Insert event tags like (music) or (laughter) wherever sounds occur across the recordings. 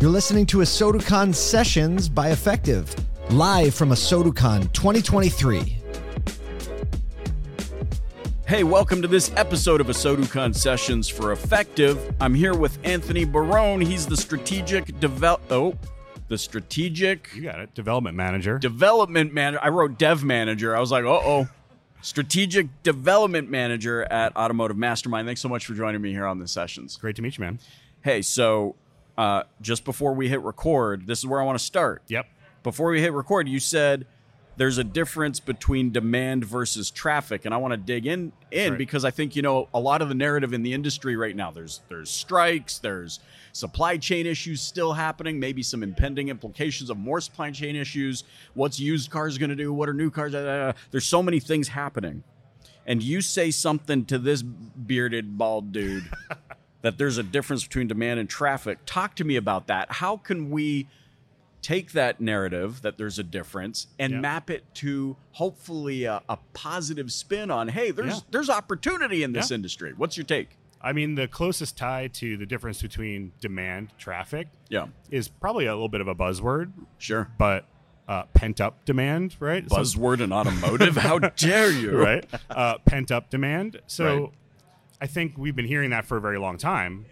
You're listening to a Soducon Sessions by Effective, live from a Soducon 2023. Hey, welcome to this episode of Asoducon Sessions for Effective. I'm here with Anthony Barone. He's the strategic develop oh, the strategic You got it. Development manager. development manager. I wrote dev manager. I was like, uh oh. strategic development manager at Automotive Mastermind. Thanks so much for joining me here on the sessions. Great to meet you, man. Hey, so uh, just before we hit record, this is where I want to start. Yep. Before we hit record, you said there's a difference between demand versus traffic, and I want to dig in in right. because I think you know a lot of the narrative in the industry right now. There's there's strikes, there's supply chain issues still happening, maybe some impending implications of more supply chain issues. What's used cars going to do? What are new cars? Da, da, da. There's so many things happening, and you say something to this bearded bald dude that there's a difference between demand and traffic. Talk to me about that. How can we take that narrative that there's a difference and Yeah. map it to hopefully a, a positive spin on hey, there's Yeah. there's opportunity in this Yeah. industry. What's your take? I mean, the closest tie to the difference between demand traffic Yeah, is probably a little bit of a buzzword, sure. but uh, pent up demand, right? So- Buzzword and automotive. (laughs) How dare you? right? Uh, pent up demand. So Right. I think we've been hearing that for a very long time.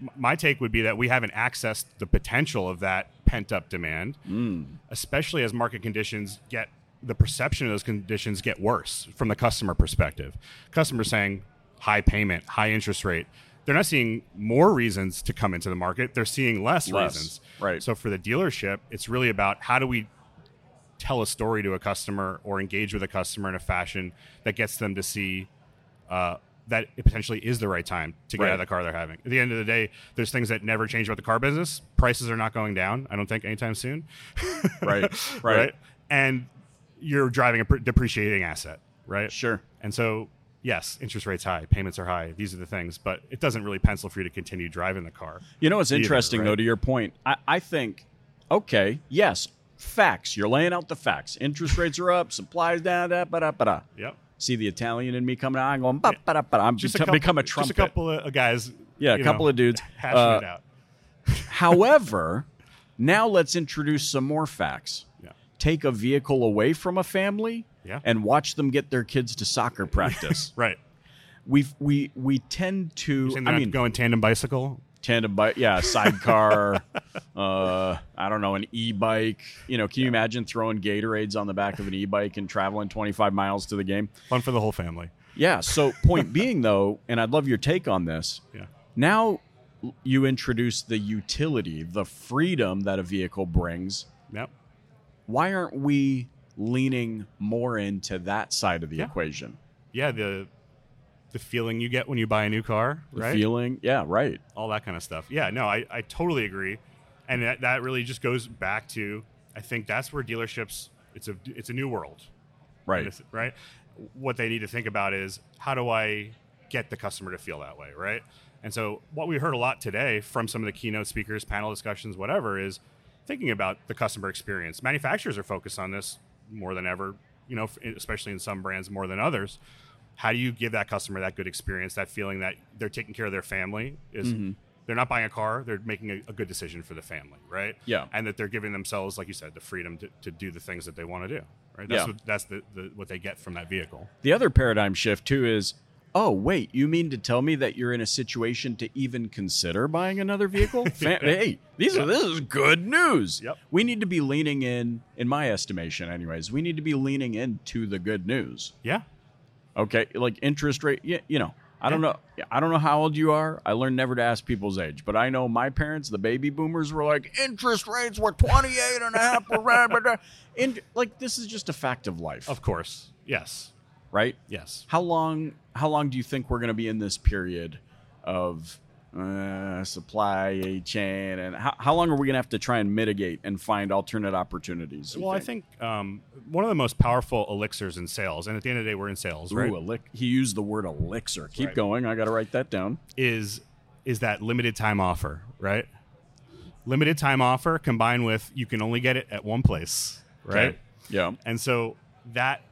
M- My take would be that we haven't accessed the potential of that pent up demand, Mm. especially as market conditions get the perception of those conditions get worse from the customer perspective. Customers saying high payment, high interest rate. They're not seeing more reasons to come into the market. They're seeing less, Less, reasons. right. So for the dealership, it's really about how do we tell a story to a customer or engage with a customer in a fashion that gets them to see uh, that it potentially is the right time to get Right. out of the car they're having. At the end of the day, there's things that never change about the car business. Prices are not going down, I don't think, anytime soon. Right, (laughs) right. And you're driving a pre- depreciating asset, right? Sure. And so, yes, interest rates high, payments are high. These are the things, but it doesn't really pencil for you to continue driving the car. You know, it's Either, interesting though. right? To your point, I, I think okay, yes, facts. You're laying out the facts. Interest rates are up. Supplies da da ba da ba da. Yep. See the Italian in me coming out and going ba ba da ba da. I'm Just beco- a couple, become a just trumpet. couple of guys. Yeah, a you couple know, of dudes, hashing uh, it out. However, now let's introduce some more facts. Yeah. Take a vehicle away from a family Yeah. and watch them get their kids to soccer (laughs) practice. Right. We've, we we tend to Saying they're I not mean going tandem bicycle. tandem bike yeah (laughs) sidecar uh I don't know an e-bike you know can you imagine throwing Gatorades on the back of an e-bike and traveling 25 miles to the game Fun for the whole family. yeah so point being though and I'd love your take on this Yeah. now you introduce the utility the freedom that a vehicle brings Yep. why aren't we leaning more into that side of the Yeah. equation? Yeah. The the feeling you get when you buy a new car, The right? feeling, yeah, right. All that kind of stuff. Yeah. No, I, I totally agree, and that, that really just goes back to I think that's where dealerships it's a it's a new world, Right. This- right? What they need to think about is how do I get the customer to feel that way, right? And so what we heard a lot today from some of the keynote speakers, panel discussions, whatever, is thinking about the customer experience. Manufacturers are focused on this more than ever, you know, f- especially in some brands more than others. How do you give that customer that good experience, that feeling that they're taking care of their family? Is Mm-hmm. they're not buying a car, they're making a, a good decision for the family, right? Yeah. and that they're giving themselves, like you said, the freedom to, to do the things that they want to do. Right? That's Yeah. what that's the, the what they get from that vehicle. The other paradigm shift, too, is oh, wait, you mean to tell me that you're in a situation to even consider buying another vehicle? (laughs) Fa- Hey, these are, this is good news. Yep. We need to be leaning in, in my estimation, anyways, we need to be leaning into the good news. Yeah. Okay. Like interest rate, yeah, you know. I don't know. I don't know how old you are. I learned never to ask people's age, but I know my parents, the baby boomers, were like, interest rates were 28 and a half. blah, blah, blah, blah." And uh, like, this is just a fact of life, Of course. Yes. right? Yes. How long, how long do you think we're going to be in this period of uh, supply chain? And how, how long are we going to have to try and mitigate and find alternate opportunities? you Well, I think um, one of the most powerful elixirs in sales, and at the end of the day, we're in sales, right? Ooh, elic- he used the word elixir. Keep right. going. I got to write that down. Is is that limited time offer, right? Limited time offer combined with you can only get it at one place, right? Okay. Yeah. And so that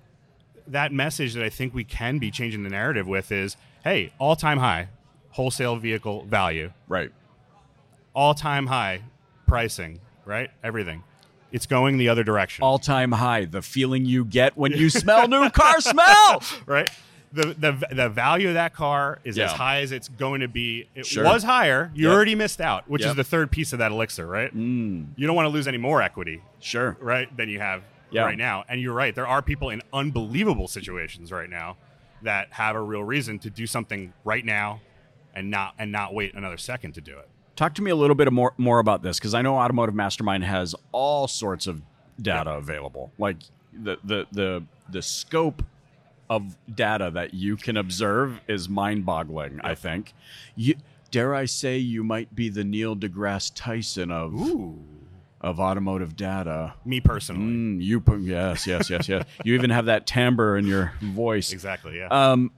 that message that I think we can be changing the narrative with is, hey, all time high wholesale vehicle value, Right. all time high pricing, right? Everything. It's going the other direction. All time high, the feeling you get when you smell new car smell. right? The, the the value of that car is as Yeah. high as it's going to be. It Sure. was higher. You Yep. already missed out, which Yep. is the third piece of that elixir, right? Mm, You don't want to lose any more equity, sure. right, than you have Yeah. right now. And you're right. There are people in unbelievable situations right now that have a real reason to do something right now and not and not wait another second to do it. Talk to me a little bit more, more about this because I know Automotive Mastermind has all sorts of data available, like the the the the scope of data that you can observe is mind-boggling. I think. You, dare I say you might be the Neil deGrasse Tyson of Ooh. of automotive data. Me personally. Mm, you put yes, yes, yes, yes. you even have that timbre in your voice. Exactly. Yeah. Um,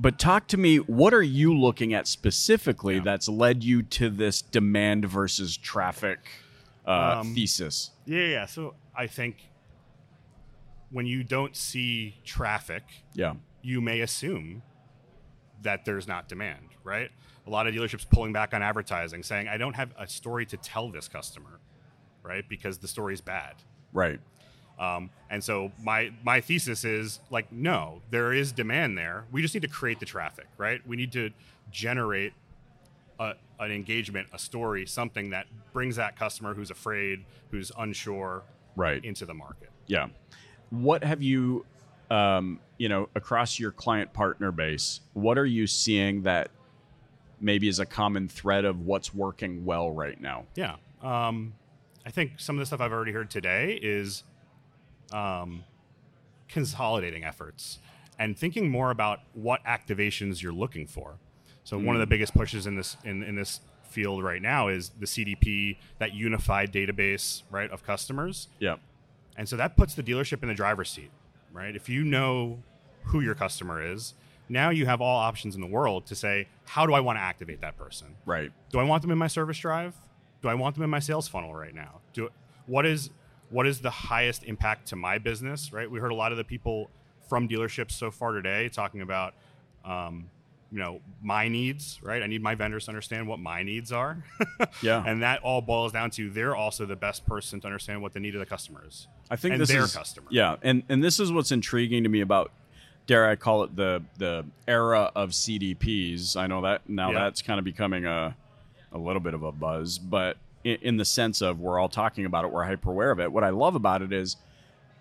but talk to me. What are you looking at specifically that's led you to this demand versus traffic uh, Um, thesis? Yeah, yeah, yeah. So I think when you don't see traffic, Yeah, you may assume that there's not demand, right? A lot of dealerships pulling back on advertising, saying, I don't have a story to tell this customer, right? Because the story's bad. right. Um, and so my my thesis is like, no, there is demand there. We just need to create the traffic, right? We need to generate a, an engagement, a story, something that brings that customer who's afraid, who's unsure, Right. into the market. Yeah. What have you, um, you know, across your client partner base? What are you seeing that maybe is a common thread of what's working well right now? Yeah. Um, I think some of the stuff I've already heard today is um, consolidating efforts and thinking more about what activations you're looking for. So one of the biggest pushes in this in, in this field right now is the CDP, that unified database, right, of customers. Yeah. And so that puts the dealership in the driver's seat, right? If you know who your customer is, now you have all options in the world to say, how do I want to activate that person? Right. do I want them in my service drive? Do I want them in my sales funnel right now? Do what is what is the highest impact to my business? Right. We heard a lot of the people from dealerships so far today talking about, um, you know, my needs. Right. I need my vendors to understand what my needs are, (laughs) Yeah. and that all boils down to they're also the best person to understand what the need of the customer is. I think and this their is customer. Yeah, and and this is what's intriguing to me about dare I call it the the era of CDPs. I know that now Yeah. that's kind of becoming a a little bit of a buzz, but in, in the sense of we're all talking about it, we're hyper aware of it. What I love about it is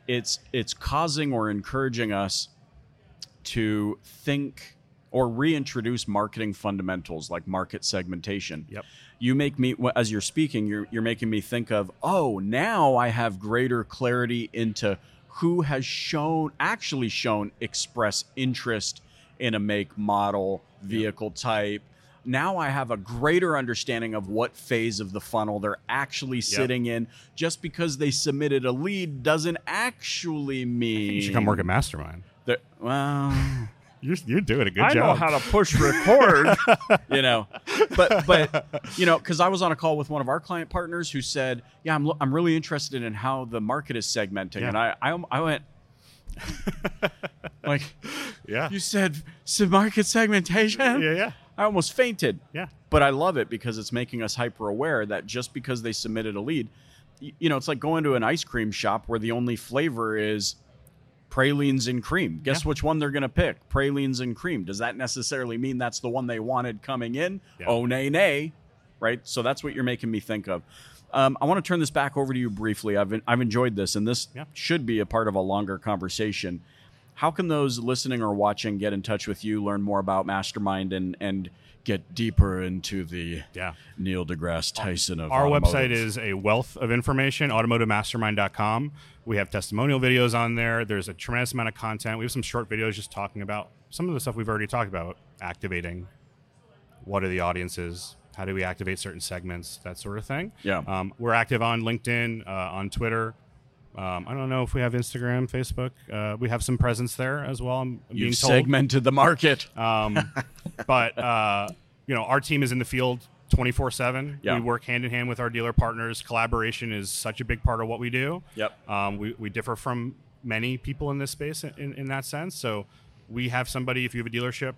it's it's causing or encouraging us to think or reintroduce marketing fundamentals like market segmentation. Yep. You make me wh- as you're speaking, you're you're making me think of, "Oh, now I have greater clarity into who has shown actually shown express interest in a make, model, vehicle type. Now I have a greater understanding of what phase of the funnel they're actually sitting in. Just because they submitted a lead doesn't actually mean You should come work at Mastermind. that- well, You're, you're doing a good I know job. how to push record. you know but but you know because i was on a call with one of our client partners who said yeah i'm, lo- I'm really interested in how the market is segmenting Yeah. and I, I i went (laughs) like yeah. you said "S- market segmentation Yeah. Yeah. i almost fainted Yeah. but i love it because it's making us hyper aware that just because they submitted a lead y- you know it's like going to an ice cream shop where the only flavor is pralines and cream guess Yeah. which one they're going to pick pralines and cream does that necessarily mean that's the one they wanted coming in Yeah. oh nay nay right so that's what you're making me think of um, i want to turn this back over to you briefly i've, I've enjoyed this and this Yeah. should be a part of a longer conversation how can those listening or watching get in touch with you learn more about mastermind and and get deeper into the Yeah. neil degrasse tyson of uh, our automotive? website is a wealth of information automotivemastermind.com we have testimonial videos on there there's a tremendous amount of content we have some short videos just talking about some of the stuff we've already talked about activating what are the audiences how do we activate certain segments that sort of thing Yeah. um, we're active on linkedin uh, on twitter um, I don't know if we have Instagram, Facebook. Uh, we have some presence there as well. I'm you being told. segmented the market (laughs) Um, but uh, you know, our team is in the field twenty four seven. Yeah. We work hand in hand with our dealer partners. Collaboration is such a big part of what we do. Yep. Um, we we differ from many people in this space in, in, that sense. So we have somebody. If you have a dealership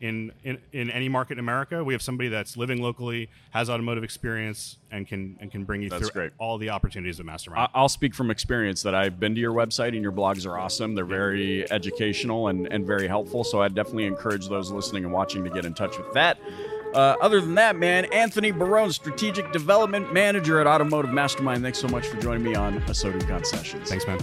in, in in any market in America. We have somebody that's living locally, has automotive experience, and can and can bring you That's through great. Uh, all the opportunities of Mastermind. I- I'll speak from experience that I've been to your website and your blogs are awesome. They're very educational and, and very helpful. So I definitely encourage those listening and watching to get in touch with that. Uh, other than that, man, Anthony Barone, Strategic Development Manager at Automotive Mastermind. Thanks so much for joining me on Asodu Concessions. Thanks, man.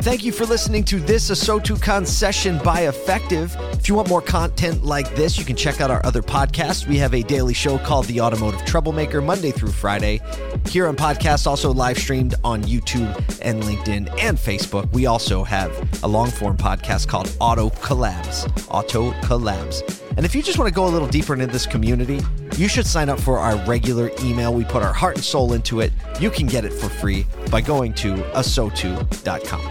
Thank you for listening to this AsotuCon session by Effective. If you want more content like this, you can check out our other podcasts. We have a daily show called The Automotive Troublemaker, Monday through Friday. Here on podcast, also live streamed on YouTube and LinkedIn and Facebook. We also have a long form podcast called Auto Collabs. Auto Collabs. And if you just want to go a little deeper into this community, you should sign up for our regular email. We put our heart and soul into it. You can get it for free by going to asotu.com.